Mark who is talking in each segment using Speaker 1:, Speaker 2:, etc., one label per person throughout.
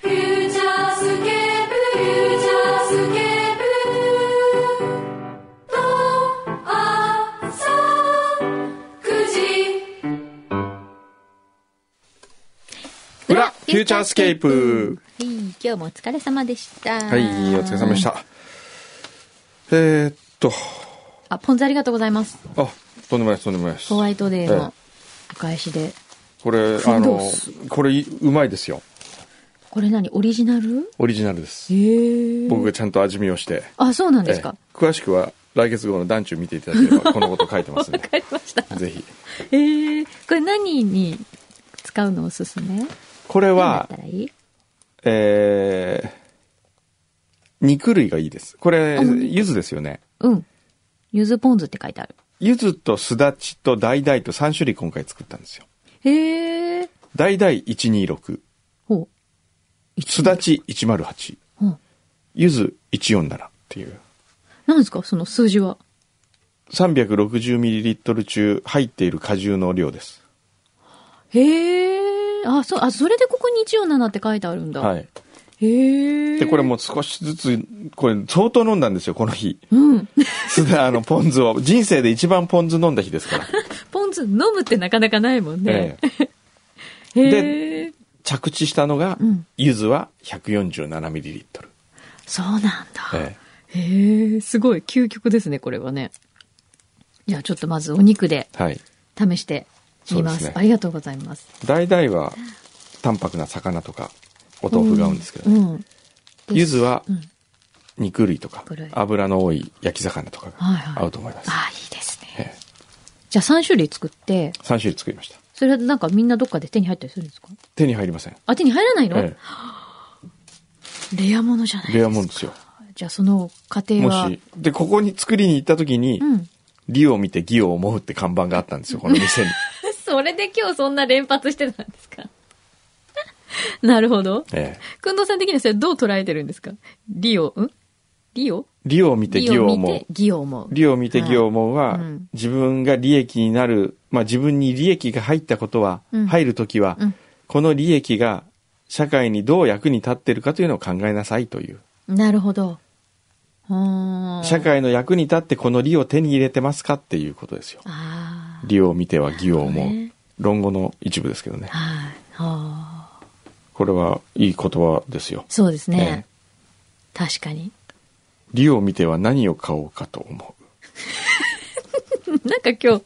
Speaker 1: フューチャースケープフューチャースケープル」「とあさ9時」
Speaker 2: 裏フューチャースケープ
Speaker 3: はい、今日もお疲れ様でした。
Speaker 2: はいお疲れ様でし。たえー、っと
Speaker 3: あ、ポン酢ありがとうございます。
Speaker 2: あとんでもないですとんでもないです
Speaker 3: ホワイトデー
Speaker 2: え
Speaker 3: のお返しで。
Speaker 2: これ
Speaker 3: フ
Speaker 2: あ
Speaker 3: ンド
Speaker 2: の
Speaker 3: ース
Speaker 2: これうまいですよ
Speaker 3: これ何オリジナル
Speaker 2: オリジナルです
Speaker 3: へえ。
Speaker 2: 僕がちゃんと味見をして
Speaker 3: あ、そうなんです
Speaker 2: え
Speaker 3: か。
Speaker 2: え詳しくは来月号の団中見ていただければこのこと書いてますん
Speaker 3: わ
Speaker 2: で
Speaker 3: かりました。
Speaker 2: ぜひ
Speaker 3: へえ。これ何に使うのおすすめ
Speaker 2: これ
Speaker 3: 何だっ
Speaker 2: は
Speaker 3: たらいい
Speaker 2: えー、肉類がいいですこれ柚子ですよね
Speaker 3: うん。ゆずポン酢って書いてある。
Speaker 2: 柚子とすだちと橙と3種類今回作ったんですよ
Speaker 3: へえ。
Speaker 2: 橙126
Speaker 3: ほう。
Speaker 2: すだち108
Speaker 3: うん。
Speaker 2: ゆず147っていう。
Speaker 3: 何ですかその数字は。
Speaker 2: 360ml 中入っている果汁の量です。
Speaker 3: へえ。あ、そう、あ、それでここに147って書いてあるんだ。
Speaker 2: はい。
Speaker 3: へえ。
Speaker 2: で、これもう少しずつ、これ相当飲んだんですよ、この 日。
Speaker 3: うん。
Speaker 2: すだ、あの、ポン酢を。人生で一番ポン酢飲んだ日です から。
Speaker 3: ポン酢飲むってなかなかないもんね。
Speaker 2: ええ
Speaker 3: へえ。
Speaker 2: 着地したのが
Speaker 3: うん、
Speaker 2: ゆずは 147ml。
Speaker 3: そうなんだ。
Speaker 2: え
Speaker 3: へえ、すごい。究極ですね、これはね。じゃあちょっとまずお肉で
Speaker 2: え。はい。
Speaker 3: 試してみま。
Speaker 2: そうですすね
Speaker 3: ありがとうございます。
Speaker 2: 大々は、淡白な魚とか、お豆腐が合うんですけど、ね
Speaker 3: うん。
Speaker 2: ゆずは
Speaker 3: うん、
Speaker 2: 肉類とか
Speaker 3: 肉類、
Speaker 2: 油の多い焼き魚とか
Speaker 3: はい
Speaker 2: が
Speaker 3: はい
Speaker 2: 合うと思います。
Speaker 3: ああ、いいですね。
Speaker 2: ええ
Speaker 3: じゃあ3種類作って、
Speaker 2: 3種類作りました。
Speaker 3: それはなんかみんなどっかで手に入ったりするんですか
Speaker 2: 手に入りません。
Speaker 3: あ、手に入らないの、
Speaker 2: え
Speaker 3: レアものじゃない
Speaker 2: え、
Speaker 3: ですか。
Speaker 2: レアもんですよ。
Speaker 3: じゃあその家庭
Speaker 2: も
Speaker 3: は。
Speaker 2: し、で、ここに作りに行った時に、
Speaker 3: うん。
Speaker 2: 理を見て義を思うって看板があったんですよ、この店 に。
Speaker 3: それで今日そんな連発してたんですか なるほど。
Speaker 2: ええ、
Speaker 3: くんどうさん的にはそれどう捉えてるんですかリオ、んリオ
Speaker 2: 理を見て義を思
Speaker 3: 見
Speaker 2: う
Speaker 3: て。義を思う。
Speaker 2: 理を見て義を思うは、
Speaker 3: はいうん
Speaker 2: 自分が利益になる、まあ自分に利益が入ったことは、
Speaker 3: うん
Speaker 2: 入るときは、
Speaker 3: うん
Speaker 2: この利益が社会にどう役に立ってるかというのを考えなさいという。
Speaker 3: なるほど。うーん。
Speaker 2: 社会の役に立ってこの理を手に入れてますかっていうことですよ。
Speaker 3: あ
Speaker 2: 理を見ては義を思う。
Speaker 3: なるほどね
Speaker 2: 論語の一部ですけどね
Speaker 3: あ。。はい。ああ。
Speaker 2: これはいい言葉ですよ。
Speaker 3: そうです
Speaker 2: ええ。
Speaker 3: ね確かに。
Speaker 2: 理を見ては何を買おうかと思う。
Speaker 3: なんか今日、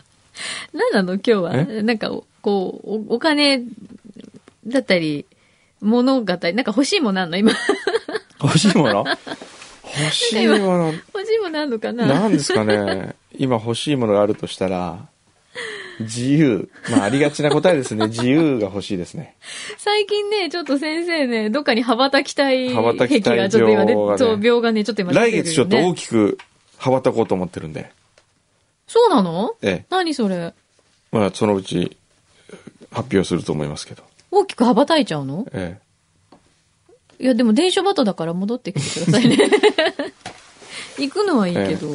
Speaker 3: なんなの今日は。
Speaker 2: え
Speaker 3: なんか、こうお、お金だったり、物語、なんか欲しいものあんの今。
Speaker 2: 欲しいもの欲しいもの、
Speaker 3: 欲しいものあんのかな
Speaker 2: なんですかね。今欲しいものがあるとしたら、自由。まあ、ありがちな答え ですね。自由が欲しいですね。
Speaker 3: 最近ね、ちょっと先生ね、どっかに羽ばたきたい
Speaker 2: 羽ばたき
Speaker 3: 癖
Speaker 2: たい
Speaker 3: がちょっと今ね、
Speaker 2: 情がね
Speaker 3: そう、病がね、ちょっと今
Speaker 2: 来月ちょっと大
Speaker 3: き
Speaker 2: きく羽ばたこうと思ってるんで。
Speaker 3: そうなの
Speaker 2: ええ。
Speaker 3: 何それ
Speaker 2: まあ、そのうち発表すると思いますけど。
Speaker 3: 大きく羽ばたいちゃうの
Speaker 2: ええ。
Speaker 3: いや、でも電車バトだから戻ってきてくださ いね。行くのはいいけど、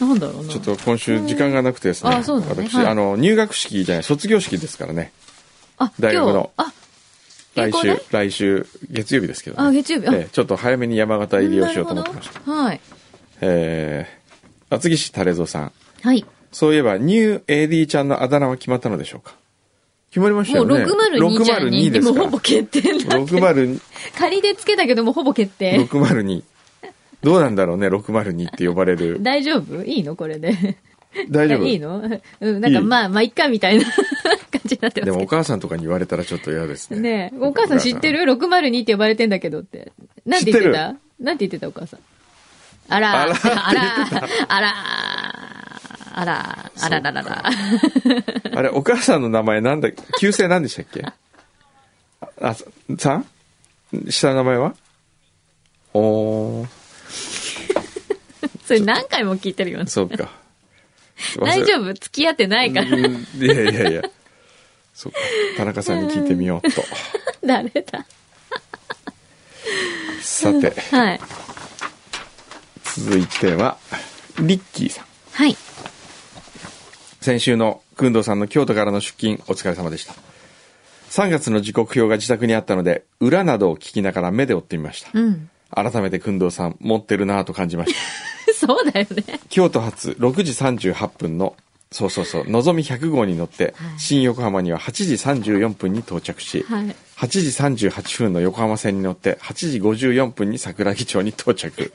Speaker 3: なんだろうな。
Speaker 2: ちょっと今週時間がなくてですね。
Speaker 3: うんあそうなんですね
Speaker 2: 私、
Speaker 3: はい
Speaker 2: あの、入学式じゃない、卒業式ですからね。
Speaker 3: あ、
Speaker 2: 大学の
Speaker 3: 今日あ、
Speaker 2: 来
Speaker 3: 休校
Speaker 2: 週
Speaker 3: ね、
Speaker 2: 来週、月曜日ですけど、ね。
Speaker 3: あ月曜日あ
Speaker 2: ええちょっと早めに山形入りをしようと思ってました。
Speaker 3: た。はい。
Speaker 2: えー、厚木市垂蔵さん。
Speaker 3: はい。
Speaker 2: そういえば、ニュー AD ちゃんのあだ名は決まったのでしょうか決まりました
Speaker 3: も
Speaker 2: よ
Speaker 3: う
Speaker 2: ね。
Speaker 3: 602じゃんに、
Speaker 2: 602です
Speaker 3: もう
Speaker 2: か
Speaker 3: ほ
Speaker 2: ら。
Speaker 3: ぼ決定な
Speaker 2: 602、
Speaker 3: 仮でつけたけどもうほぼ決定。
Speaker 2: 602。どうなんだろうね、602って呼ばれ る。
Speaker 3: 大丈夫いいのこれで。
Speaker 2: 大丈夫
Speaker 3: いいのうん、なんか
Speaker 2: いい
Speaker 3: まあ、まあ、いっかみたいな 感じになって
Speaker 2: で
Speaker 3: ま
Speaker 2: も
Speaker 3: すけ
Speaker 2: お母さんとかに言われたらちょっと嫌です
Speaker 3: ど。
Speaker 2: ね。
Speaker 3: ねえ、お母さん知ってる ?602 って呼ばれてんだけどって。なんて言ってたなんて言ってたお母さん。あ
Speaker 2: あ
Speaker 3: ら、あ
Speaker 2: ら
Speaker 3: ら
Speaker 2: って言、
Speaker 3: あら、あら、あら、あらららら。
Speaker 2: あれ、お母さんの名前なんだ、旧姓なんでしたっけあ、さん下の名前はおー、
Speaker 3: それ何回も聞いてるよね。
Speaker 2: そうか。
Speaker 3: 大丈夫付き合ってないから。
Speaker 2: うんいやいやいや。そっか。田中さんに聞いてみようと。
Speaker 3: 誰だ
Speaker 2: さて、
Speaker 3: はい。
Speaker 2: 続いては、リッキーさん。
Speaker 3: はい。
Speaker 2: 先週の工藤さんの京都からの出勤お疲れ様でした3月の時刻表が自宅にあったので裏などを聞きながら目で追ってみました、
Speaker 3: うん。
Speaker 2: 改めて工藤さん持ってるなぁと感じました
Speaker 3: そうだよね。
Speaker 2: 京都発6時38分のそうそうそうのぞみ100号に乗って
Speaker 3: はい
Speaker 2: 新横浜には8時34分に到着し、
Speaker 3: はい。
Speaker 2: 8時38分の横浜線に乗って8時54分に桜木町に到着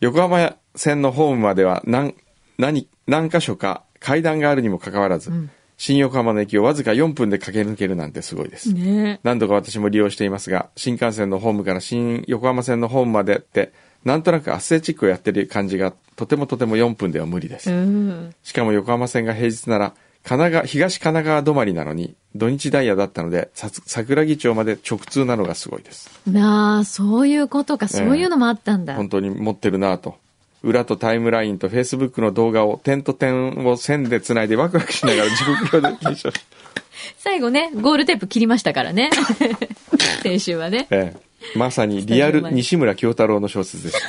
Speaker 2: 横浜線のホームまでは何何何箇所か階段があるにもかかわらず、
Speaker 3: ん
Speaker 2: 新横浜の駅をわずか4分で駆け抜けるなんてすごいです、
Speaker 3: ね
Speaker 2: 何度か私も利用していますが新幹線のホームから新横浜線のホームまでってなんとなくアスレチックをやってる感じがとてもとても4分では無理です、
Speaker 3: うん。
Speaker 2: しかも横浜線が平日なら、神奈川、東神奈川止まりなのに、土日ダイヤだったので、さ桜木町まで直通なのがすごいです。
Speaker 3: なあ、そういうことか。そういうのもあったんだ。
Speaker 2: 本当に持ってるなぁと。裏とタイムラインと Facebook の動画を点と点を線で繋いでワクワクしながら時刻表で検証
Speaker 3: 最後ね、ゴールテープ切りましたから ね。先週は ね。
Speaker 2: ええ。まさにリアル西村京太郎の小説でした。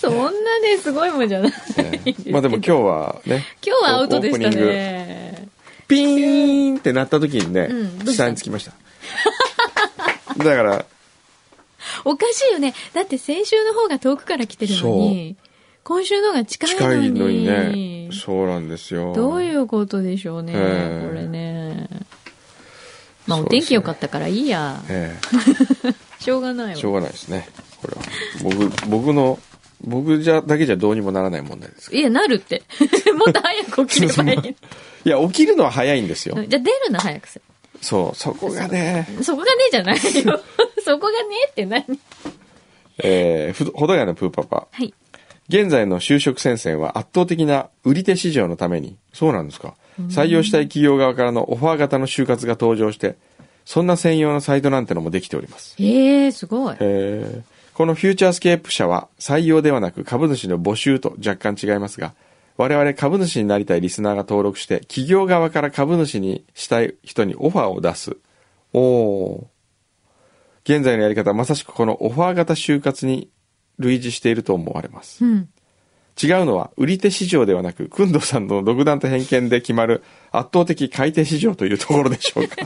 Speaker 3: そんなね、すごいもんじゃない。
Speaker 2: え えまあでも今日はね、
Speaker 3: 今日はアウトでした
Speaker 2: オープニング
Speaker 3: ね。
Speaker 2: ピーンって鳴った時にね、
Speaker 3: うんどうした
Speaker 2: 下につきました。 だから、
Speaker 3: おかしいよね。だって先週の方が遠くから来てるのに、今週の方が近
Speaker 2: 近い
Speaker 3: い
Speaker 2: の
Speaker 3: のに。
Speaker 2: にね、そうなんですよ。
Speaker 3: どういうことでしょうね、
Speaker 2: ええ
Speaker 3: これね。まあ、
Speaker 2: そ
Speaker 3: お
Speaker 2: うですね
Speaker 3: 天気良かったからいいや。
Speaker 2: ええ
Speaker 3: しょうがない
Speaker 2: しょ
Speaker 3: わ。
Speaker 2: うがないですね。これは。僕、僕の、僕じゃ、だけじゃどうにもならない問題です。
Speaker 3: いや、なるって。 もっと早く起きれば いい。
Speaker 2: いや、起きるのは早いんですよ。
Speaker 3: じゃあ出るな、早くせ。
Speaker 2: そう、そこがね、
Speaker 3: そこがねえじゃない よ。そこがねえって何
Speaker 2: えー、ふほどやのプーパパ。
Speaker 3: はい。
Speaker 2: 現在の就職戦線は圧倒的な売り手市場のために、そうなんですか。採用したい企業側からのオファー型の就活が登場して、そんな専用のサイトなんてのもできております。
Speaker 3: ええすごい。
Speaker 2: えーこのフューチャースケープ社は採用ではなく株主の募集と若干違いますが、我々株主になりたいリスナーが登録して、企業側から株主にしたい人にオファーを出す。おお。現在のやり方はまさしくこのオファー型就活に類似していると思われます。
Speaker 3: うん。
Speaker 2: 違うのは売り手市場ではなく、くんどさんの独断と偏見で決まる圧倒的買い手市場というところでしょうか。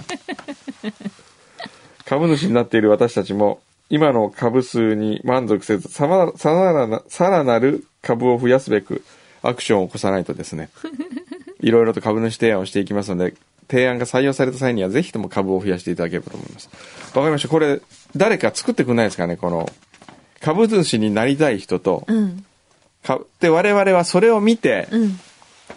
Speaker 2: 株主になっている私たちも、今の株数に満足せず、さまさらなさらなる株を増やすべく、アクションを起こさないとです ね。いろいろと株主提案をしていきますので、提案が採用された際には、ぜひとも株を増やしていただければと思います。わかりました。これ、誰か作ってくんないですかね、この、株主になりたい人と、
Speaker 3: うん。
Speaker 2: かで我々はそれを見て、
Speaker 3: うん。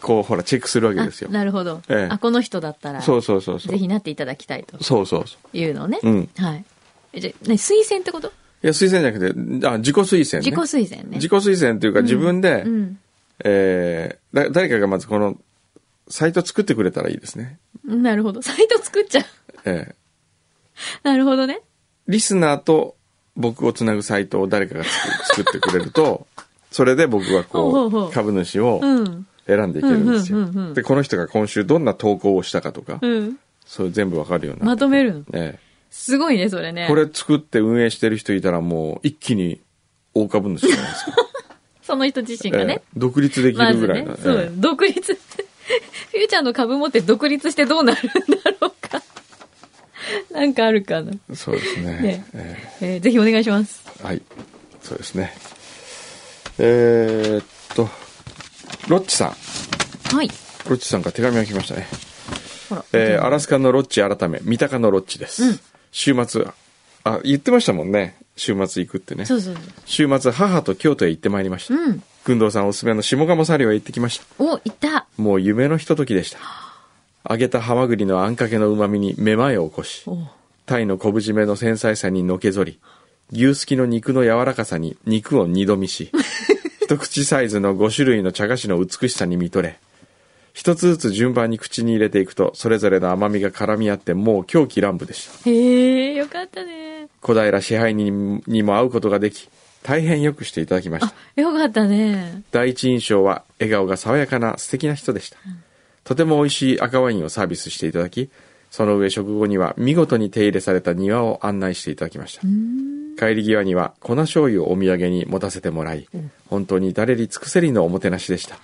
Speaker 2: こうほらチェックするわけ
Speaker 3: あ
Speaker 2: ですよ
Speaker 3: なるほど、
Speaker 2: ええ
Speaker 3: あ、この人だったら、
Speaker 2: そうそうそうそう
Speaker 3: ぜひなっていただきたいと
Speaker 2: そうそうそう
Speaker 3: いうのをね。
Speaker 2: うん
Speaker 3: はい。えじゃあ、ね、推薦ってこと
Speaker 2: いや推薦じゃなくてあ自己推薦、ね、
Speaker 3: 自己推薦ね。
Speaker 2: 自己推薦というか、自分で、
Speaker 3: うん。
Speaker 2: えーだ誰かがまずこのサイト作ってくれたらいいですね
Speaker 3: なるほど。サイト作っちゃう。
Speaker 2: えー
Speaker 3: なるほどね。
Speaker 2: リスナーと僕をつなぐサイトを誰かが作作ってくれる とそれで僕はこう
Speaker 3: ほうほうほう
Speaker 2: 株主を
Speaker 3: うん。
Speaker 2: 選んでいけるんですよ、
Speaker 3: うんうんうんうん
Speaker 2: でこの人が今週どんな投稿をしたかとか、
Speaker 3: うん。
Speaker 2: そう全部わかるような、
Speaker 3: まとめるの。
Speaker 2: えー
Speaker 3: すごいね、それね。
Speaker 2: これ作って運営してる人いたらもう一気に大株主じゃないで すか。
Speaker 3: その人自身がね。
Speaker 2: ええ独立でき
Speaker 3: ま
Speaker 2: る
Speaker 3: ず
Speaker 2: ぐら
Speaker 3: ね
Speaker 2: いの。。
Speaker 3: そうだ
Speaker 2: え
Speaker 3: よ独立。フ ューチャーの株持って独立してどうなるんだろうか。 なんかあるかな。
Speaker 2: えそうですね
Speaker 3: ね
Speaker 2: え
Speaker 3: えーぜひお願いします。
Speaker 2: えはい。そうですね。えーっと、ロッチさん。
Speaker 3: はい。
Speaker 2: ロッチさんから手紙が来ましたね。
Speaker 3: ほら。
Speaker 2: えーアラスカのロッチ改め、三鷹のロッチです。週末、あ、言ってましたもんね。週末行くってね。
Speaker 3: そうそうそう。
Speaker 2: 週末、母と京都へ行ってまいりました。
Speaker 3: うん。
Speaker 2: 群藤さんおすすめの下鴨サリオへ行ってきました。
Speaker 3: お、いた。
Speaker 2: もう夢のひとときでした。揚げたハマグリのあんかけの旨味にめまいを起こし、
Speaker 3: お
Speaker 2: タイの昆布締めの繊細さにのけぞり、牛すきの肉の柔らかさに肉を二度見し、一口サイズの5種類の茶菓子の美しさに見とれ、一つずつ順番に口に入れていくと、それぞれの甘みが絡み合って、もう狂気乱舞でした。
Speaker 3: へえ、よかったね。
Speaker 2: 小平支配人にも会うことができ、大変良くしていただきました
Speaker 3: あ。、よかったね。
Speaker 2: 第一印象は笑顔が爽やかな素敵な人でした、とても美味しい赤ワインをサービスしていただきその上食後には見事に手入れされた庭を案内していただきました帰り際には粉醤油をお土産に持たせてもらい、本当に誰に尽くせりのおもてなしでした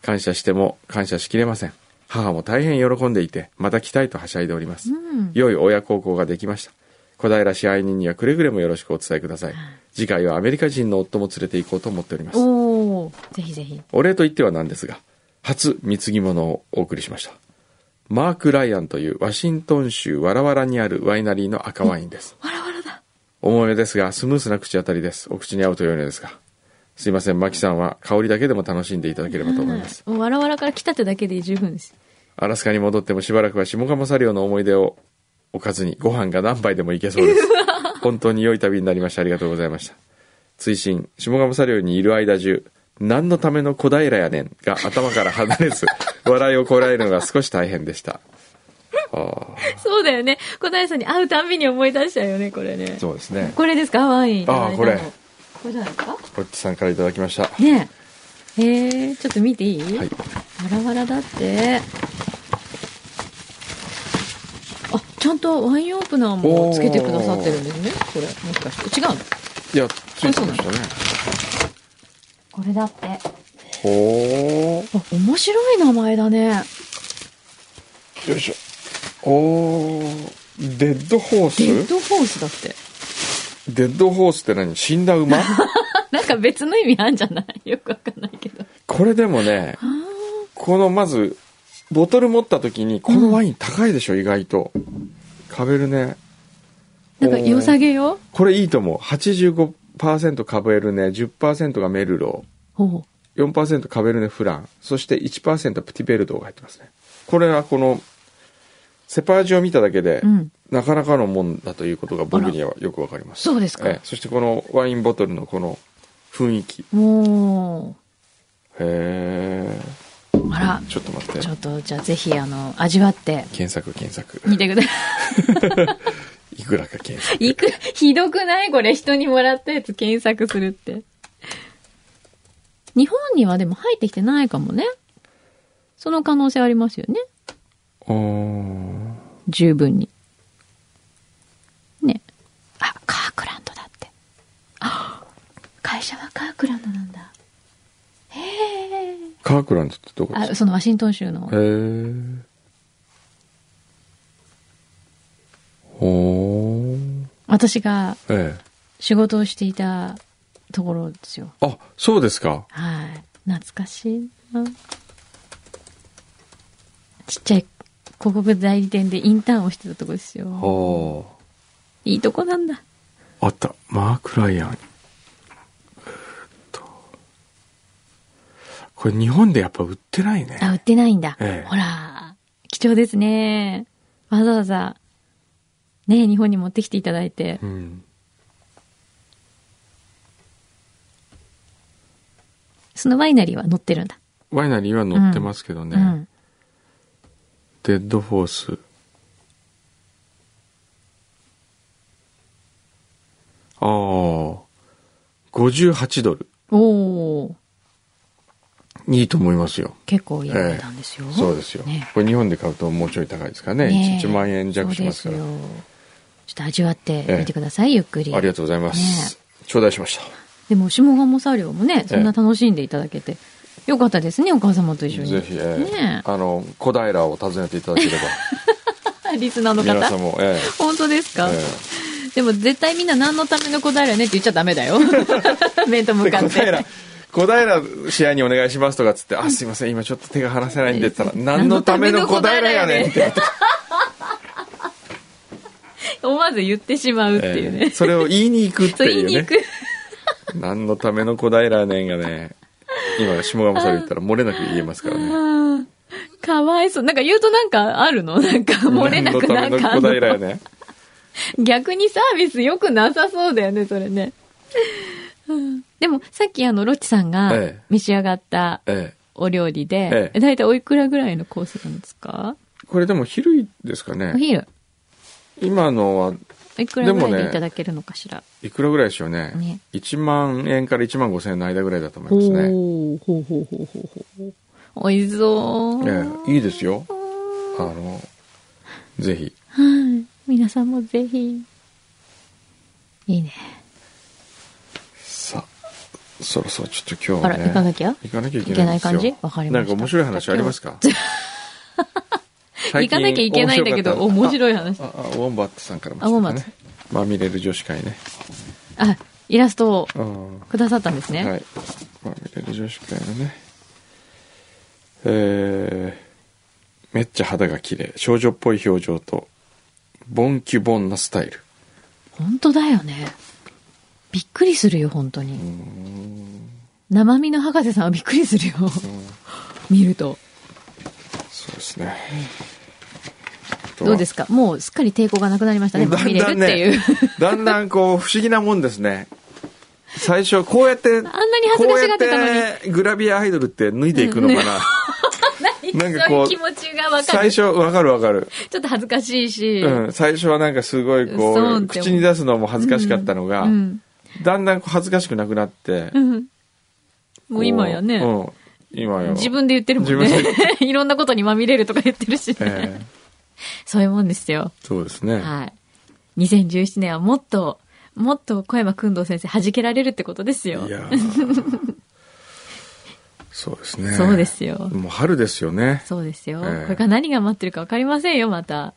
Speaker 2: 感謝しても感謝しきれません母も大変喜んでいてまた来たいとはしゃいでおります、良い親孝行ができました小平支配人にはくれぐれもよろしくお伝えください次回はアメリカ人の夫も連れて行こうと思っております
Speaker 3: おお、ぜひぜひ。
Speaker 2: お礼と言ってはなんですが、初貢ぎ物をお送りしました。マーク・ライアンというワシントン州ワラワラにあるワイナリーの赤ワインです。
Speaker 3: わらわらだ。
Speaker 2: 重めですが、スムースな口当たりです。お口に合うと良いのですが。すいません、マキさんは香りだけでも楽しんでいただければと思います。
Speaker 3: もうわらわらから来たってだけで十分です。
Speaker 2: アラスカに戻ってもしばらくは下鴨サリオの思い出をおかずにご飯が何杯でもいけそう です。本当に良い旅になりました。ありがとうございました。追伸、下鴨サリオにいる間中、何のための小平やねんが頭から離れ ず、笑いをこらえるのが少し大変でした。あー
Speaker 3: そうだよね。小平さんに会うたんびに思い出しちゃうよね、これね。
Speaker 2: そうですね。
Speaker 3: これですかワインいただいたの。
Speaker 2: あこれ
Speaker 3: これじゃないですか
Speaker 2: ロッチさんからいただきました。は
Speaker 3: ねえ。へえ、ちょっと見ていい
Speaker 2: い。
Speaker 3: バラバラだって。あ、ちゃんとワインオープナーもつけてくださってるんですね。これ、もしかして。違うの
Speaker 2: いや、ついてましたね。
Speaker 3: これだって。あ、
Speaker 2: ほ
Speaker 3: 面白い名前だね。
Speaker 2: ー。よいしょ。おー。デッドホース
Speaker 3: デッドホースだって。
Speaker 2: デッドホースって何死んだ馬
Speaker 3: あなんか別の意味あんじゃない よくわかんないけど。
Speaker 2: これでもね、このまず、ボトル持った時に、このワイン高いでしょ、意外と。カベルね。
Speaker 3: なんか良さ
Speaker 2: おー
Speaker 3: げよ。
Speaker 2: これいいと思う。85%カベルね、10%がメルロ
Speaker 3: ほう。
Speaker 2: ー、4%カベルネフラン、そして1%プティベルドーが入ってますね。これはこの、セパージュを見ただけで、
Speaker 3: うん
Speaker 2: なかなかのもんだということが僕にはよくわかります。
Speaker 3: そうですか
Speaker 2: ええそしてこのワインボトルのこの雰囲気。
Speaker 3: も
Speaker 2: へえ。
Speaker 3: う、あら、
Speaker 2: ちょっと待って
Speaker 3: ちょ。っと、じゃあぜひ、あの、味わって、
Speaker 2: 検索検索。
Speaker 3: 見てくださ
Speaker 2: いくらか検索。
Speaker 3: い。いく、ひどくないこれ、人にもらったやつ検索するって。日本にはでも入ってきてないかもね。その可能性ありますよね。
Speaker 2: うーん。
Speaker 3: 十分に。ね。あ、カークランドだって。あ会社はカークランドなんだ。
Speaker 2: カークランドってどこです
Speaker 3: あ、そのワシントン州の
Speaker 2: かへえ。ほー。
Speaker 3: 私が
Speaker 2: ええ。
Speaker 3: 仕事をしていたところですよ。
Speaker 2: あ、そうですか。
Speaker 3: はい。懐かしいな。ちっちゃい広告代理店でインターンをしてたとこですよ。
Speaker 2: ほ
Speaker 3: いいとこなんだ。
Speaker 2: ー。あった。マーク・ライアン。えーっと。これ日本でやっぱ売ってないね。
Speaker 3: あ、売ってないんだ。
Speaker 2: ええ
Speaker 3: ほら、貴重ですね。わざわざ、ね、日本に持ってきていただいて
Speaker 2: う。ん。
Speaker 3: そのワイナリーは載ってるんだ。
Speaker 2: ワイナリーは載ってますけどね。
Speaker 3: うん。
Speaker 2: デッドフォース。ああ。58ドル。
Speaker 3: おー、
Speaker 2: いいと思いますよ。
Speaker 3: 結構いい値段ですよ。
Speaker 2: そうですよ。
Speaker 3: ね。
Speaker 2: これ日本で買うともうちょい高いですからね。
Speaker 3: ねえ
Speaker 2: 1万円弱しますから。
Speaker 3: そう
Speaker 2: あ
Speaker 3: ですよちょっと味わってみてください、ゆっくり。
Speaker 2: りがとうございます。頂戴しました。
Speaker 3: でも、下鴨サリオもね、そんな楽しんでいただけて、よかったですね、お母様と一緒に。
Speaker 2: ぜひ、ええ
Speaker 3: ね
Speaker 2: あの、小平を訪ねていただけ れば、
Speaker 3: え。リスナーの
Speaker 2: 皆さん
Speaker 3: 方。
Speaker 2: も、え
Speaker 3: 本当です
Speaker 2: え
Speaker 3: か、
Speaker 2: え
Speaker 3: でも、絶対みんな何のための小平ねって言っちゃダメだ よ。面と
Speaker 2: え
Speaker 3: 向
Speaker 2: で
Speaker 3: か
Speaker 2: 小
Speaker 3: って。
Speaker 2: 平、小平試合にお願いしますとかっつって、あ、すいません、今ちょっと手が離せないんでって言ったら、何のための小平やねんって言って
Speaker 3: 思わず言ってしまうっていう
Speaker 2: え
Speaker 3: ね。
Speaker 2: ーそれを言いに行くって
Speaker 3: そう言
Speaker 2: い
Speaker 3: いうに行
Speaker 2: ね
Speaker 3: く。
Speaker 2: 何のための小平ねんがね今下鴨さん言ったら漏れなく言えますからね
Speaker 3: あーかわいそう。なんか言うとなんかあるのなんか漏れなくなんか
Speaker 2: 何の
Speaker 3: あ
Speaker 2: ための小平
Speaker 3: る
Speaker 2: や
Speaker 3: の。
Speaker 2: ね ん
Speaker 3: 逆にサービス良くなさそうだよね、それね。うんでもさっきあの、ロッチさんが
Speaker 2: ええ
Speaker 3: 召し上がった
Speaker 2: ええ
Speaker 3: おお料理で
Speaker 2: え、え
Speaker 3: だいたいおいくらぐらいのコースなんですか
Speaker 2: これでも昼ですか
Speaker 3: お
Speaker 2: ね。
Speaker 3: 昼、
Speaker 2: 今のは、
Speaker 3: おいくらぐら
Speaker 2: で
Speaker 3: い
Speaker 2: も
Speaker 3: で
Speaker 2: ね
Speaker 3: いただけるのかしら。
Speaker 2: いくらぐらいでしょうね。
Speaker 3: ね
Speaker 2: 1万円から1万5千円の間ぐらいだと思い
Speaker 3: ほ
Speaker 2: ますね。
Speaker 3: うほうほうほうほうほう。美味しそう。
Speaker 2: ええいいですよ。あの、ぜひ。
Speaker 3: はい。皆さんもぜひ。いいね。
Speaker 2: さあ、そろそろちょっと今日は
Speaker 3: あら、
Speaker 2: ね。
Speaker 3: 行かなきゃ
Speaker 2: 行かなきゃいけないんですよ。
Speaker 3: いけない感じわかりました
Speaker 2: なんか面白い話ありますか
Speaker 3: 行かなきゃいけないんだけど、面
Speaker 2: い。
Speaker 3: 白い話。
Speaker 2: あ、あウォンバットさんからも
Speaker 3: あウォン
Speaker 2: 来
Speaker 3: バ
Speaker 2: て
Speaker 3: ッ
Speaker 2: た
Speaker 3: ト
Speaker 2: ね。まみれる女子会ね。
Speaker 3: あ、イラストを
Speaker 2: うん
Speaker 3: くださったんですね。
Speaker 2: はい。まみれる女子会のね。えー、めっちゃ肌が綺麗。少女っぽい表情と、ボンキュボンなスタイル。
Speaker 3: 本当だよね。びっくりするよ、本当に。生身の博士さんはびっくりするよ。 見ると。
Speaker 2: そうですね。
Speaker 3: どうです
Speaker 2: か
Speaker 3: かもうすっかり抵抗がなくなりましたね。
Speaker 2: だん
Speaker 3: 見れ
Speaker 2: だ
Speaker 3: るっ
Speaker 2: ん
Speaker 3: てい
Speaker 2: ね
Speaker 3: う。、
Speaker 2: だんだんこう、不思議なもんですね。最初、こうやって、あん
Speaker 3: なに恥ずかしがってたのに
Speaker 2: グラビアアイドルって脱いでいくのかな。 なんかこう
Speaker 3: そういう気持ちがわか
Speaker 2: 最
Speaker 3: る。
Speaker 2: 初、わかるわかる。
Speaker 3: ちょっと恥ずかしいし。
Speaker 2: うん、最初はなんかすごいこ
Speaker 3: そうっ
Speaker 2: う、
Speaker 3: て
Speaker 2: 口に出すのも恥ずかしかったのが、
Speaker 3: うん。
Speaker 2: だんだんこう恥ずかしくなくなって、
Speaker 3: うん。もう今やね。
Speaker 2: うん、今や。
Speaker 3: 自分で言ってるもん
Speaker 2: 自分で
Speaker 3: ね。 いろんなことにまみれるとか言ってるしね、
Speaker 2: ええ
Speaker 3: そういうもんですよ。
Speaker 2: そうですね。
Speaker 3: はい。2017年はもっと、もっと小山くんどう先生弾けられるってことですよ。
Speaker 2: いや ーそうですね。
Speaker 3: そうですよ。
Speaker 2: もう春ですよね。
Speaker 3: そうですよ。
Speaker 2: ええ
Speaker 3: これから何が待ってるか分かりませんよ、また。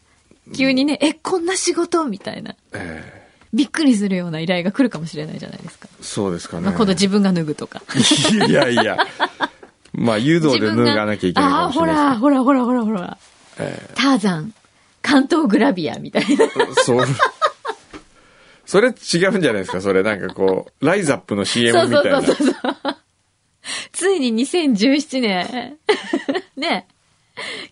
Speaker 3: 急にね、え、こんな仕事みたいな。
Speaker 2: え
Speaker 3: びっくりするような依頼が来るかもしれないじゃないですか。
Speaker 2: えそうですかね。
Speaker 3: まあ、今度自分が脱ぐとか。
Speaker 2: いやいや。まあ、誘導
Speaker 3: 自
Speaker 2: で脱
Speaker 3: 分
Speaker 2: がなきゃいけない
Speaker 3: あ
Speaker 2: か
Speaker 3: あー、
Speaker 2: もしれ
Speaker 3: ほ
Speaker 2: な
Speaker 3: ら、
Speaker 2: い
Speaker 3: ほら、ほら、ほら、ほら。
Speaker 2: え
Speaker 3: ターザン、関東グラビアみたいな。
Speaker 2: ですけど。そう。それ違うんじゃないですかそれなんかこう、ライザップの CM みたいな。
Speaker 3: そうそうそうそう。ついに2017年、 ね、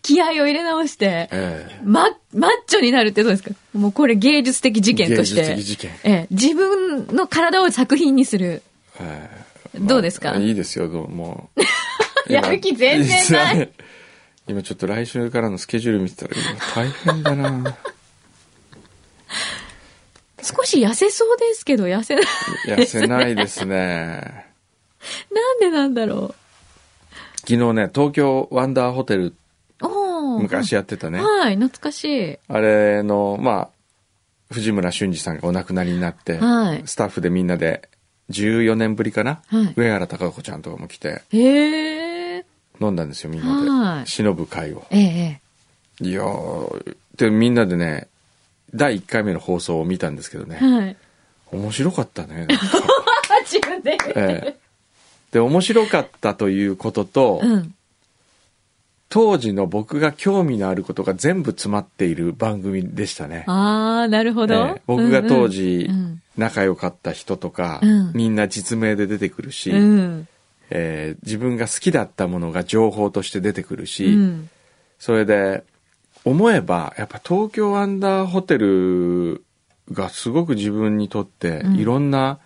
Speaker 3: 気合を入れ直して、
Speaker 2: ええ
Speaker 3: ママッチョになるってどうですかもうこれ芸術的事件として。
Speaker 2: 芸術的事件
Speaker 3: ええ、自分の体を作品にする。
Speaker 2: ええ
Speaker 3: どうですか。
Speaker 2: まあいいですよ、どうも
Speaker 3: やる気全然ない
Speaker 2: い。 今ちょっと来週からのスケジュール見てたら、今大変だ な
Speaker 3: 少し痩せそうですけど、痩せない。
Speaker 2: 痩せないですね。
Speaker 3: なんでなんだろ
Speaker 2: 昨日ね、東京ワンダーホテル、
Speaker 3: う。おー
Speaker 2: 昔やってたね。
Speaker 3: はい、懐かしい。
Speaker 2: あれの、まあ、藤村俊二さんがお亡くなりになって、
Speaker 3: はい
Speaker 2: スタッフでみんなで、14年ぶりかな、
Speaker 3: はい
Speaker 2: 上原貴子ちゃんとかも来て、
Speaker 3: へえ。
Speaker 2: 飲んだんですよ、みんな
Speaker 3: はい
Speaker 2: で。忍ぶ会を。
Speaker 3: ええ。
Speaker 2: いやー、で、みんなでね、第1回目の放送を見たんですけどね、
Speaker 3: はい。
Speaker 2: 面白かったね。なんか
Speaker 3: あ、自分で言う。
Speaker 2: ええで、面白かったということと、
Speaker 3: うん。
Speaker 2: 当時の僕が興味のあることが全部詰まっている番組でしたね。
Speaker 3: あー、なるほど。
Speaker 2: ええ僕が当時
Speaker 3: うん
Speaker 2: 仲良かった人とか、
Speaker 3: うん
Speaker 2: みんな実名で出てくるし、
Speaker 3: うん。うん。
Speaker 2: えー自分が好きだったものが情報として出てくるし、
Speaker 3: うん
Speaker 2: それで思えばやっぱ東京アンダーホテルがすごく自分にとって
Speaker 3: うん
Speaker 2: いろんな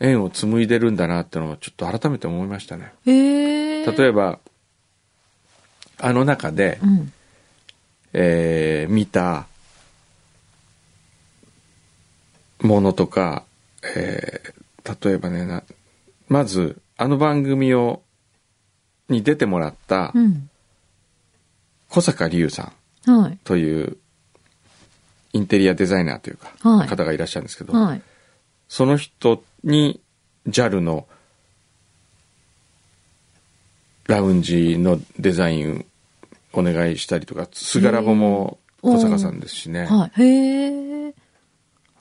Speaker 2: 縁を紡いでるんだなってのをちょっと改めて思いましたね。
Speaker 3: へえ。
Speaker 2: 例えばあの中で、
Speaker 3: うん。
Speaker 2: えー見たものとか、えー例えばねなまずあの番組をに出てもらった
Speaker 3: うん。
Speaker 2: 小坂龍さん
Speaker 3: はい。
Speaker 2: というインテリアデザイナーというか、
Speaker 3: はい
Speaker 2: 方がいらっしゃるんですけど、
Speaker 3: はい。
Speaker 2: その人に JAL のラウンジのデザインお願いしたりとかスガラボも小坂さんですしね、
Speaker 3: はい。へえ。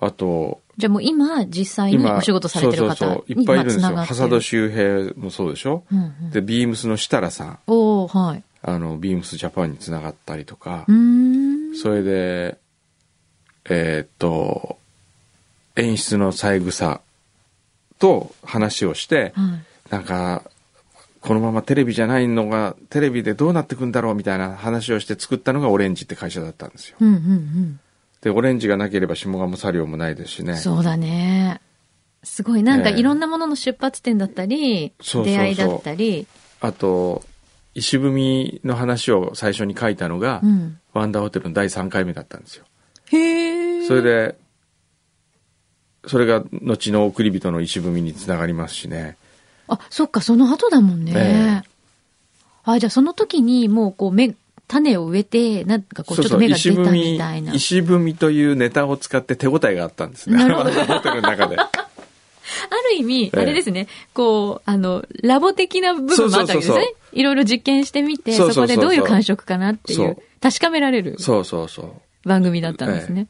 Speaker 2: あと
Speaker 3: じゃあもう今、実際に
Speaker 2: 今
Speaker 3: お仕事されてる
Speaker 2: そうそ
Speaker 3: 方
Speaker 2: うそうい
Speaker 3: に
Speaker 2: っぱいいるん
Speaker 3: まあ
Speaker 2: です
Speaker 3: 繋
Speaker 2: よ
Speaker 3: がってる
Speaker 2: 笠戸周平もそうでしょ、
Speaker 3: うんうん
Speaker 2: でビームスの設楽さん
Speaker 3: おおはい。
Speaker 2: あのビームスジャパンにつながったりとか
Speaker 3: う、ーん。
Speaker 2: それで、えーっと、演出の三枝と話をして、
Speaker 3: はい。
Speaker 2: なんか、このままテレビじゃないのが、テレビでどうなってくんだろうみたいな話をして作ったのがオレンジって会社だったんですよ。
Speaker 3: うんうん
Speaker 2: で、オレンジがなければ下鴨作業もないですし
Speaker 3: うん。
Speaker 2: ね。
Speaker 3: そうだね。すごい、なんか
Speaker 2: ええ
Speaker 3: いろんなものの出発点だったり、
Speaker 2: そうそうそう
Speaker 3: 出会いだったり、
Speaker 2: あと、石踏みの話を最初に書いたのが、
Speaker 3: うん。
Speaker 2: ワンダーホテルの第3回目だったんですよ。
Speaker 3: へえ。
Speaker 2: それで、それが後の送り人の石踏みにつながりますしね。
Speaker 3: あ、そっか、その後だもんね。
Speaker 2: え
Speaker 3: あ、じゃあその時にもうこう芽、種を植えて、なんかこう、ちょっと芽が
Speaker 2: 石
Speaker 3: 出
Speaker 2: 踏
Speaker 3: た
Speaker 2: み
Speaker 3: みたいな。、
Speaker 2: 石踏みというネタを使って手応えがあったんですね。
Speaker 3: な
Speaker 2: ワン
Speaker 3: るほど
Speaker 2: ダーホテルの中で。
Speaker 3: ある意味、
Speaker 2: ええ
Speaker 3: あれですね、こう、あの、ラボ的な部分もあったわけです
Speaker 2: そうそうそう
Speaker 3: ね。いろいろ実験してみて、
Speaker 2: そうそう
Speaker 3: そ
Speaker 2: そうそ
Speaker 3: こ
Speaker 2: う
Speaker 3: でどういう感触かなってい
Speaker 2: そうう、
Speaker 3: 確かめられる
Speaker 2: そうそうそう。
Speaker 3: 番組だったんですね。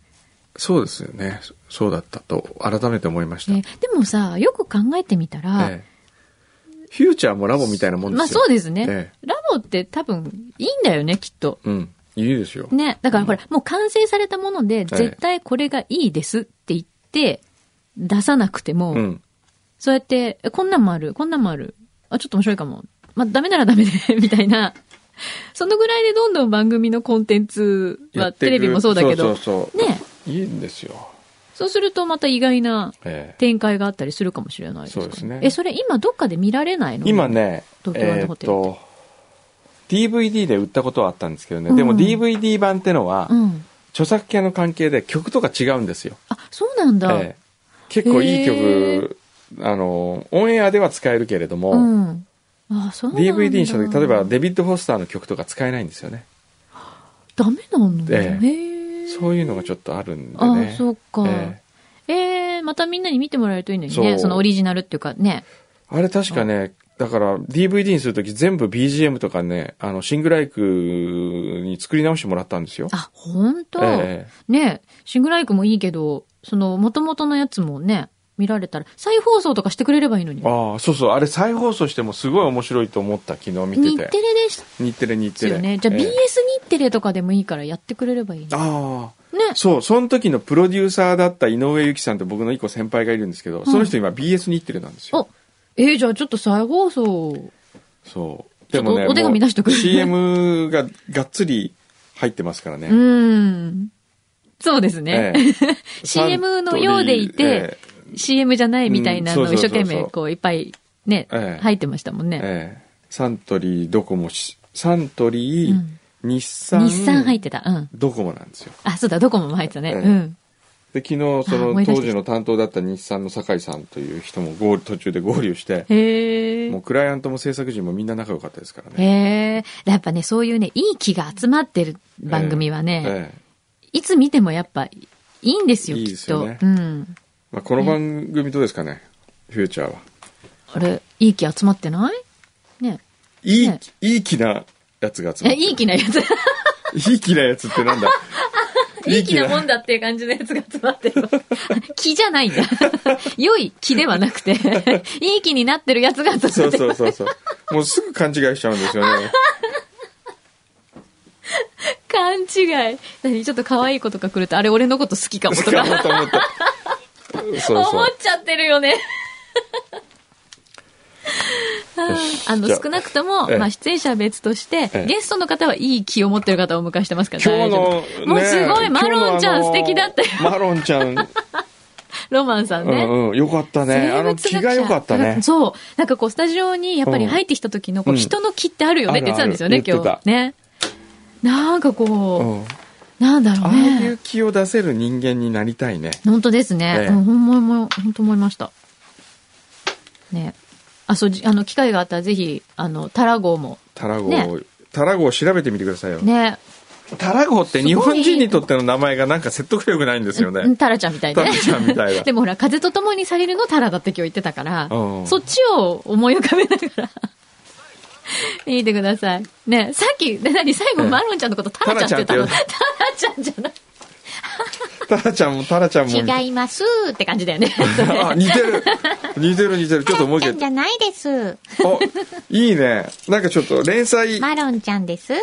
Speaker 2: そうですよね。そそうだったと改めて思いました。
Speaker 3: ねでもさ、よく考えてみたら、
Speaker 2: ええフューチャーもラボみたいなもんですよ。
Speaker 3: まあそうですね、
Speaker 2: え
Speaker 3: ラボって多分いいんだよね、きっと。
Speaker 2: うん。いいですよ。
Speaker 3: ね。だからほら、もう完成されたもので、絶対これがいいですって言って、出さなくても、
Speaker 2: うん。
Speaker 3: そうやって、えこんなんもある、こんなんもある。あ、ちょっと面白いかも。まあ、ダメならダメで、 みたいな。そのぐらいでどんどん番組のコンテンツ
Speaker 2: や
Speaker 3: は、
Speaker 2: って
Speaker 3: テ
Speaker 2: いく
Speaker 3: レビもそうだけど、
Speaker 2: そうそうそう。
Speaker 3: ね。
Speaker 2: いいんですよ。
Speaker 3: そうするとまた意外な
Speaker 2: ええ
Speaker 3: 展開があったりするかもしれないですから
Speaker 2: そうですね
Speaker 3: え、それ今どっかで見られないの
Speaker 2: 今。ね、
Speaker 3: 東京ワン
Speaker 2: え
Speaker 3: ダ
Speaker 2: ー
Speaker 3: ホ
Speaker 2: っ
Speaker 3: テルって
Speaker 2: と、DVD で売ったことはあったんですけどね、
Speaker 3: うん
Speaker 2: でも DVD 版ってのは、
Speaker 3: うん。
Speaker 2: 著作権の関係で曲とか違うんですよ。
Speaker 3: あ、そうなんだ。
Speaker 2: ええ結構いい曲、あの、オンエアでは使えるけれど
Speaker 3: う
Speaker 2: も、
Speaker 3: ん。あ、そうなんだ。
Speaker 2: DVD にした時、例えばデビッド・フォスターの曲とか使えないんですよね。
Speaker 3: ダメなの
Speaker 2: ええ
Speaker 3: へえ。
Speaker 2: そういうのがちょっとあるんで
Speaker 3: あ
Speaker 2: ね。
Speaker 3: そうか。
Speaker 2: ええ
Speaker 3: ええまたみんなに見てもらえるといいのに
Speaker 2: そう
Speaker 3: ね。そのオリジナルっていうかね。
Speaker 2: あれ確かね、だから DVD にするとき全部 BGM とかね、あの、シングライクに作り直してもらったんですよ。
Speaker 3: あ、本当、
Speaker 2: え
Speaker 3: ねシングライクもいいけど、その、元々のやつもね、見られたら、再放送とかしてくれればいいのに。
Speaker 2: ああ、そうそう、あれ再放送してもすごい面白いと思った、昨日見
Speaker 3: 日
Speaker 2: て
Speaker 3: テ
Speaker 2: て。
Speaker 3: レでし
Speaker 2: 日テレ、日
Speaker 3: た
Speaker 2: テ
Speaker 3: よ
Speaker 2: レ。
Speaker 3: ね。じゃあ BS
Speaker 2: ええ
Speaker 3: 日テレとかでもいいからやってくれればいいの
Speaker 2: ああ。
Speaker 3: ね。
Speaker 2: そう、その時のプロデューサーだった井上由紀さんと僕の一個先輩がいるんですけど、その人今 BS 日テレなんですよ。
Speaker 3: お、えーじゃあちょっと再放送。
Speaker 2: そう。
Speaker 3: ち
Speaker 2: で
Speaker 3: ょっと
Speaker 2: もね、
Speaker 3: お手紙
Speaker 2: もう
Speaker 3: 出しとく
Speaker 2: CM ががっつり入ってますからね。
Speaker 3: うーん。そうですね。
Speaker 2: ええ
Speaker 3: CM のようでいて、
Speaker 2: サントリー
Speaker 3: CM じゃないみたいなの
Speaker 2: うん
Speaker 3: を
Speaker 2: そう
Speaker 3: 一
Speaker 2: そうそ
Speaker 3: 生
Speaker 2: うそう
Speaker 3: 懸命こういっぱいね、
Speaker 2: ええ
Speaker 3: 入ってましたもん
Speaker 2: ええ
Speaker 3: ね。
Speaker 2: ええサントリー、ドコモし、サントリー、
Speaker 3: うん
Speaker 2: 日産、
Speaker 3: 日産入ってた。うん。
Speaker 2: ドコモなんですよ。
Speaker 3: あ、そうだ、ドコモも入ってたね。
Speaker 2: ええ
Speaker 3: うん。
Speaker 2: で、昨日、そ
Speaker 3: あ
Speaker 2: の
Speaker 3: 思い出して
Speaker 2: 当時
Speaker 3: きた
Speaker 2: の担当だった日産の酒井さんという人も合流途中で合流して、
Speaker 3: へえ。
Speaker 2: もうクライアントも制作陣もみんな仲良かったですからね。
Speaker 3: へえ。やっぱね、そういうね、いい気が集まってる番組はね、
Speaker 2: ええ
Speaker 3: いつ見てもやっぱいいんですよ、
Speaker 2: いい
Speaker 3: き
Speaker 2: で
Speaker 3: っ
Speaker 2: すよ
Speaker 3: と。
Speaker 2: ね
Speaker 3: うん。
Speaker 2: まあ、この番組どうですかね、フューチャーは。
Speaker 3: あれ、いい気集まってないね。
Speaker 2: いい、
Speaker 3: ね
Speaker 2: いい気なやつが集ま
Speaker 3: え、
Speaker 2: ってる
Speaker 3: いい気なや つ。
Speaker 2: いい気なやつってなんだ
Speaker 3: いい気なもんだっていう感じのやつが集まって るの。気じゃないんだ。 良い気ではなく て、いい気になってるやつが集まって
Speaker 2: そ
Speaker 3: る
Speaker 2: う。そうそうそう。もうすぐ勘違いしちゃうんですよ ね。
Speaker 3: 勘違い。何ちょっと可愛い子とか来ると、あれ俺のこと好きかもと
Speaker 2: 捕
Speaker 3: か、
Speaker 2: まった思った。そうそ
Speaker 3: 思っ
Speaker 2: う。
Speaker 3: ちゃってるよね。
Speaker 2: よし
Speaker 3: あの、
Speaker 2: じゃあ
Speaker 3: 少なくとも、
Speaker 2: ええ
Speaker 3: まあ、出演者は別として、
Speaker 2: ええ
Speaker 3: ゲストの方はいい気を持ってる方をお迎えしてますから
Speaker 2: 今
Speaker 3: 大
Speaker 2: 日
Speaker 3: 丈夫。
Speaker 2: の、ね
Speaker 3: もうすごい、マロンちゃん素
Speaker 2: 今日のあの
Speaker 3: 敵だった よ。
Speaker 2: マロンちゃん、
Speaker 3: ロマンさん
Speaker 2: う
Speaker 3: ね。
Speaker 2: んうん、よかったね。あ
Speaker 3: 生物
Speaker 2: の、
Speaker 3: 学者
Speaker 2: 気が良かったね。
Speaker 3: そう。なんかこう、スタジオにやっぱり入ってきた時の、こ
Speaker 2: う
Speaker 3: う、
Speaker 2: ん
Speaker 3: 人の気ってあるよねって言ってたんですよ
Speaker 2: う
Speaker 3: ね
Speaker 2: ん、あるあ
Speaker 3: 今
Speaker 2: る
Speaker 3: 日。ね。なんか
Speaker 2: う
Speaker 3: こ
Speaker 2: ん。
Speaker 3: う、なんだろ
Speaker 2: あ
Speaker 3: う
Speaker 2: あいう
Speaker 3: ね。
Speaker 2: 気を出せる人間になりたいね。
Speaker 3: 本当ですね。
Speaker 2: ええ
Speaker 3: うん、ほんまも、本当思いました。ね。あ、そう、じあの、機会があったらぜひ、あの、タラゴも。
Speaker 2: タラゴを
Speaker 3: ね、
Speaker 2: タラゴを調べてみてくださいよ。
Speaker 3: ね。
Speaker 2: タラゴって
Speaker 3: すごい
Speaker 2: 日本人にとっての名前がなんか説得力ないんですよ
Speaker 3: う
Speaker 2: ね
Speaker 3: ん。タラちゃんみたいで
Speaker 2: タラちゃんみたいな
Speaker 3: でもほら、風と共に去れるのタラだって今日言ってたから
Speaker 2: う、ん
Speaker 3: そっちを思い浮かべながら。見てください。ねさっき、ね何、最後、
Speaker 2: ええ
Speaker 3: マロンちゃんのことタラちゃんって言ったの。
Speaker 2: タ
Speaker 3: タラちゃんじゃない。
Speaker 2: タラちゃんもタラちゃんも。
Speaker 3: 違いますって感じだよね。
Speaker 2: あ、似てる。似てる似てる。ちょっともう一回。
Speaker 4: ゃないです。
Speaker 2: お、いいね。なんかちょっと連載、
Speaker 4: マロンちゃんです。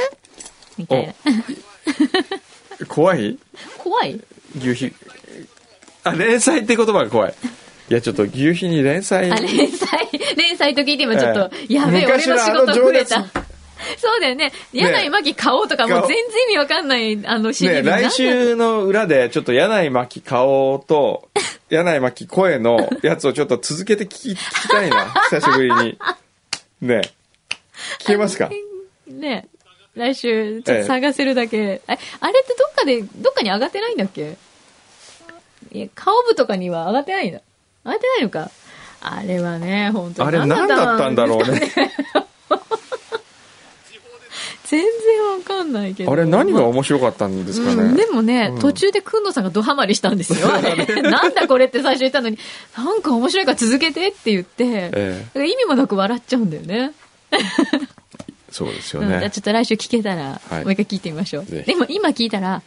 Speaker 3: みたいな。
Speaker 2: 怖い
Speaker 3: 怖い
Speaker 2: 牛皮。あ、連載って言葉が怖い。いや、ちょっと牛皮に連載
Speaker 3: あ、。連載、連載と聞いて今ちょっと、
Speaker 2: ええ
Speaker 3: やべえ、俺
Speaker 2: 昔の
Speaker 3: の仕事増え
Speaker 2: あ
Speaker 3: た
Speaker 2: の情。
Speaker 3: そうだよね。柳井真紀買おうとかもう全然意味わかんない、あの CD
Speaker 2: ね、
Speaker 3: になっ
Speaker 2: 来週の裏で、ちょっと柳井真紀顔 と、柳井真紀声のやつをちょっと続けて聞き聞きたいな。久しぶりに。ね。聞けますか
Speaker 3: ね、来週、ちょっと探せるだけ。え、あれってどっかで、どっかに上がってないんだっけいや、顔部とかには上がってないんだ。上がってないのか。あれはね、本当
Speaker 2: あれ何だったんだろう。ね。
Speaker 3: 全然わかんないけど。
Speaker 2: あれ何が面白かったんですか
Speaker 3: うん、
Speaker 2: ね
Speaker 3: で。もね、途中でくんのさんがドハマりしたんですよ。あれ なんだこれって最初言ったのに、なんか面白いから続けてって言って、
Speaker 2: え
Speaker 3: だから意味もなく笑っちゃうんだよね。
Speaker 2: そうですよ
Speaker 3: うん、じゃあ
Speaker 2: ね
Speaker 3: ちょ。っと来週聞けたら、
Speaker 2: はい
Speaker 3: もう一回聞いてみましょう。
Speaker 2: ぜ
Speaker 3: で
Speaker 2: ひ
Speaker 3: も今聞いたら、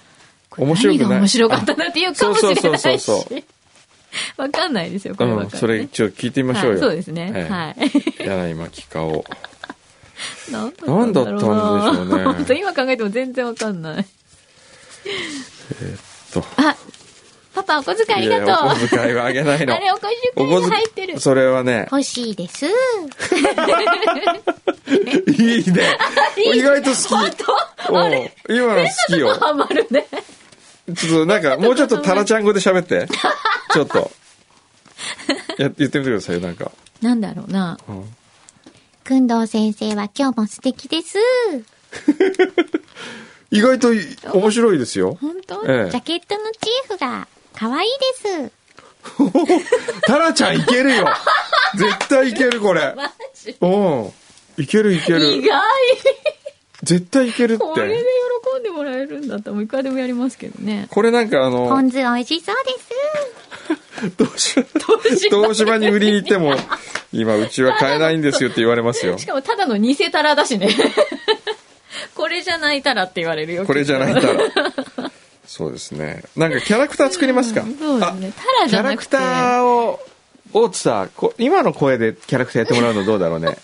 Speaker 3: これ
Speaker 2: 面白く
Speaker 3: 何
Speaker 2: ない
Speaker 3: が面白かったなっていうかもしれ
Speaker 2: そう
Speaker 3: な
Speaker 2: そうそう
Speaker 3: い
Speaker 2: そうそ
Speaker 3: し。 わかんないですよ、こ
Speaker 2: う
Speaker 3: れは、
Speaker 2: ん、それ一応聞いてみましょう
Speaker 3: は
Speaker 2: よ。
Speaker 3: い、そうですね。
Speaker 2: ええ
Speaker 3: はい。
Speaker 2: 柳巻顔。
Speaker 3: 何
Speaker 2: 何だったんでしょうね
Speaker 3: 本当今考えても全然わかんない。
Speaker 2: と。
Speaker 3: あ、パパお小遣いありが
Speaker 2: いやお
Speaker 3: と。
Speaker 2: 小遣いはあげないうの
Speaker 3: あ。れお小
Speaker 2: お
Speaker 3: 遣い
Speaker 2: 小
Speaker 3: が
Speaker 2: 遣
Speaker 3: 入ってる
Speaker 2: い、。それはね、
Speaker 4: 欲しいです。
Speaker 2: いいね。意外と好き。
Speaker 3: とあれ
Speaker 2: うん今の好きよ。
Speaker 3: ハマるね。
Speaker 2: ちょっとなんか、もうちょっとタラちゃん語で喋って。ちょっと。や言ってみてくださいよ、なんか。
Speaker 3: なんだろうな。
Speaker 2: うん
Speaker 4: くんどう先生は今日も素敵です。
Speaker 2: 意外とい面白いですよ。
Speaker 3: 本当、
Speaker 2: え
Speaker 4: ジ
Speaker 2: え
Speaker 4: ャ。ケットのチーフが可愛いです。
Speaker 2: タラちゃんいけるよ。絶対いける、これ。
Speaker 3: マジ
Speaker 2: うん。いけるいけ
Speaker 3: 意
Speaker 2: る。
Speaker 3: 外
Speaker 2: 絶対いけるって。
Speaker 3: これで喜んでもらえるんだったらもういくらでもやりますけどね。
Speaker 2: これなんかあ
Speaker 4: ポ
Speaker 2: の、
Speaker 4: ン酢美味しそうです。
Speaker 2: 東芝、
Speaker 3: 東芝
Speaker 2: 東芝に売りに行っても、今うちは買えないんですよって言われますよ
Speaker 3: し。かもただの偽タラだしね。 これじゃないタラって言われるよ。
Speaker 2: これじゃない
Speaker 3: きっと
Speaker 2: たら。そうですね。なんかキャラクター作りますか
Speaker 3: そうですね。タラ
Speaker 2: キ
Speaker 3: じ
Speaker 2: ャ
Speaker 3: ゃ
Speaker 2: ラ
Speaker 3: なく
Speaker 2: ク
Speaker 3: て
Speaker 2: タ。ーを、大津さん、こ今の声でキャラクターやってもらうのどうだろう ね。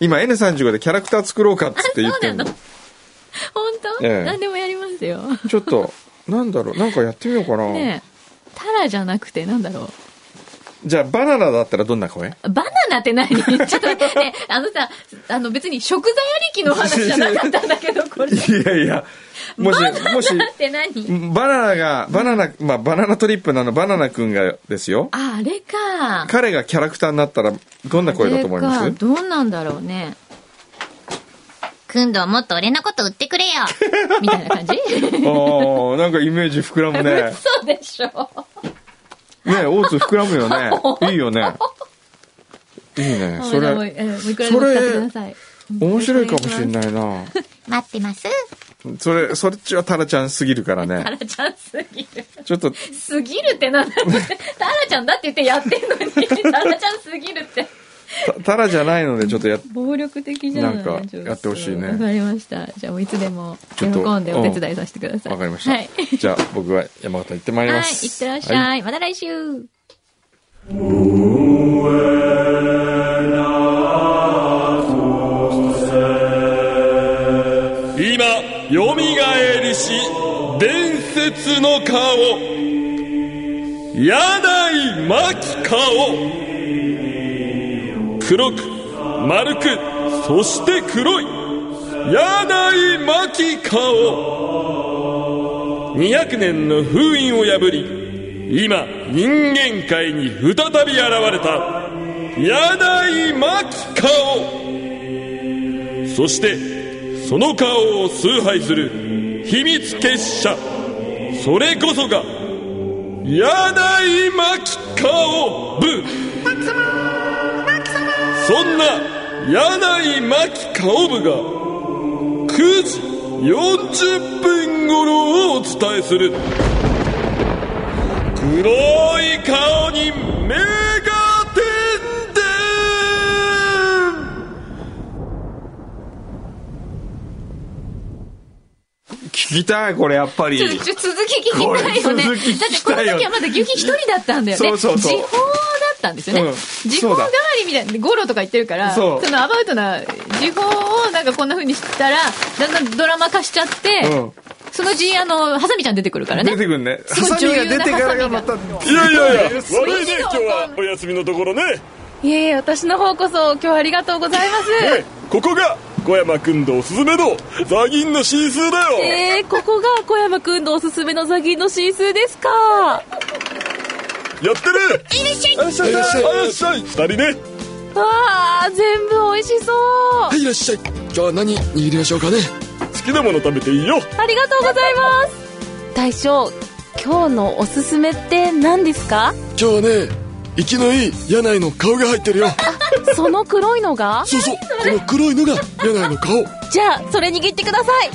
Speaker 2: 今 N35 でキャラクター作ろうかっつって言ってんの。
Speaker 3: 本当、
Speaker 2: ええ
Speaker 3: 何でもやりますよ。
Speaker 2: ちょっと、なんだろう、なんかやってみようかな。
Speaker 3: ねえタラじゃなくてなんだろう。
Speaker 2: じゃあ、バナナだったらどんな声
Speaker 3: バナナって何 ちょっと待って、ね、あのさ、あの別に食材ありきの話じゃなかったんだけど、これ。
Speaker 2: いやいや、もし、もし、
Speaker 3: だって何
Speaker 2: バナナが、バナナ、まあ、バナナトリップなのバナナくんがですよ。
Speaker 3: あ、あれか。
Speaker 2: 彼がキャラクターになったら、どんな声だと思いま
Speaker 3: あ
Speaker 2: す
Speaker 3: れかどうなんだろうね。
Speaker 4: くんどうもっと俺のこと売って くれよ。
Speaker 3: みたいな感じ
Speaker 2: ああ、なんかイメージ膨らむね。
Speaker 3: 嘘でしょ。
Speaker 2: ね大津膨らむよ ね。いいよね。いいね。そ
Speaker 3: もう
Speaker 2: れ、
Speaker 3: えーもういくらでも使ってください。
Speaker 2: 面白いかもしれ
Speaker 3: い。
Speaker 2: ないな。
Speaker 4: 待ってます。
Speaker 2: それ、そっちはタラちゃんすぎるから
Speaker 3: タ
Speaker 2: ね。
Speaker 3: ラちゃんすぎる。
Speaker 2: ちょっと、
Speaker 3: すぎるってなんだろうねタラちゃんだって言ってやってんのに、タラちゃんすぎるって。
Speaker 2: たタラじゃないので、ちょっとや、
Speaker 3: 暴力的じゃない
Speaker 2: なんかやってほしいね
Speaker 3: ちょっとわかりました。じゃあもういつでも
Speaker 2: ち
Speaker 3: 喜
Speaker 2: ょっ
Speaker 3: ん
Speaker 2: と
Speaker 3: でお手伝いさせてください。
Speaker 2: わかりま
Speaker 3: はい。
Speaker 2: した。じゃあ、僕は山形行ってまいり
Speaker 3: は
Speaker 2: ま
Speaker 3: い、
Speaker 2: す。
Speaker 3: いってらっしゃ。
Speaker 2: はい
Speaker 3: また来週。
Speaker 5: 今よみがえりし伝説の顔柳井真紀顔黒く丸くそして黒い柳井真紀顔200年の封印を破り今人間界に再び現れた柳井真紀顔そしてその顔を崇拝する秘密結社それこそが柳井真紀顔部そんな柳井真紀顔部が9時40分頃をお伝えする黒い顔に目が点々
Speaker 2: 聞きたい、これ、やっぱり。
Speaker 3: ちょっと続き聞きたいよね。
Speaker 2: これ続き聞
Speaker 3: だって
Speaker 2: き
Speaker 3: こ
Speaker 2: たいよ
Speaker 3: の時はまだギュキ一人だったんだよね。
Speaker 2: そうそうそう
Speaker 3: 時報だったんですよね。
Speaker 2: うん
Speaker 3: 時報代わりみたいな、ゴロとか言ってるから、
Speaker 2: そ
Speaker 3: そうのアバウトな時報をなんかこんな風にしたら、だんだんドラマ化しちゃって、
Speaker 2: うん
Speaker 3: そのうち、あの、ハサミちゃん出てくるからね。
Speaker 2: 出てくるね。
Speaker 3: す
Speaker 2: ハ
Speaker 3: ごい
Speaker 2: サミが
Speaker 3: 重要
Speaker 2: 出
Speaker 3: な
Speaker 2: てからが
Speaker 3: ハサミが
Speaker 2: また、
Speaker 5: いやいやいや、
Speaker 3: う
Speaker 5: 悪いね、今日はお休みのところね。
Speaker 6: いえいえ、私の方こそ今日はありがとうございま
Speaker 5: ええここが小山君のおすすめのザギンの真数だ
Speaker 6: す。
Speaker 5: よ。
Speaker 6: えー、ここが小山くんのおすすめのザギンの真数ですか。わ
Speaker 5: やってる。いらっしゃい。いらっしゃい。いらっしゃい。二人ね。
Speaker 6: あ、全部美味しそう。
Speaker 5: い、いらっしゃい。
Speaker 7: 今日は何握りましょうかね
Speaker 5: 好きなもの食べていいよ
Speaker 6: ありがとうございます大将今日のおすすめって何ですか
Speaker 7: 今日はね生きのいい柳井の顔が入ってるよ
Speaker 6: その黒いのが
Speaker 7: そうそうこの黒いのが柳井の顔
Speaker 6: じゃあそれ握ってください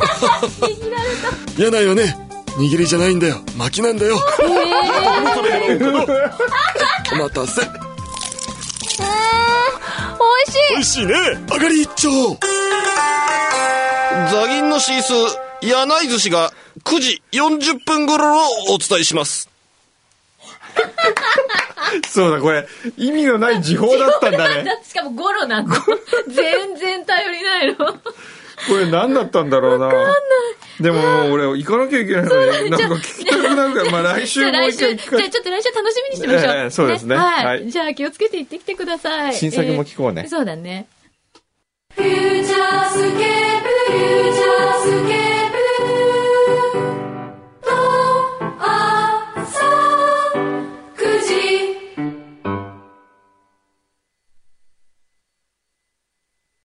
Speaker 7: 柳井はね握りじゃないんだよ巻きなんだよお待たせ
Speaker 6: 美味しい
Speaker 5: 美味しいね
Speaker 7: 上がり一丁
Speaker 8: ザギンのシース、柳井寿司が9時40分頃をお伝えします。
Speaker 2: そうだ、これ、意味のない時報だったんだね。
Speaker 3: だってしかもゴロなの。全然頼りないの。
Speaker 2: これ何だったんだろうな。でももう俺、行かなきゃいけないのに、なんか聞きたくなるから、まあ来
Speaker 3: じ
Speaker 2: 週
Speaker 3: ゃあ
Speaker 2: もう一
Speaker 3: 来週、
Speaker 2: 回
Speaker 3: じ
Speaker 2: 聞か
Speaker 3: ゃあちょっと来週楽しみにしてみましょう。
Speaker 2: ええそうですね
Speaker 3: はい。
Speaker 2: はい
Speaker 3: じゃあ気をつけて行ってきてください。
Speaker 2: 新作も聞こうね
Speaker 3: えーそうだね。
Speaker 1: フューチャースケ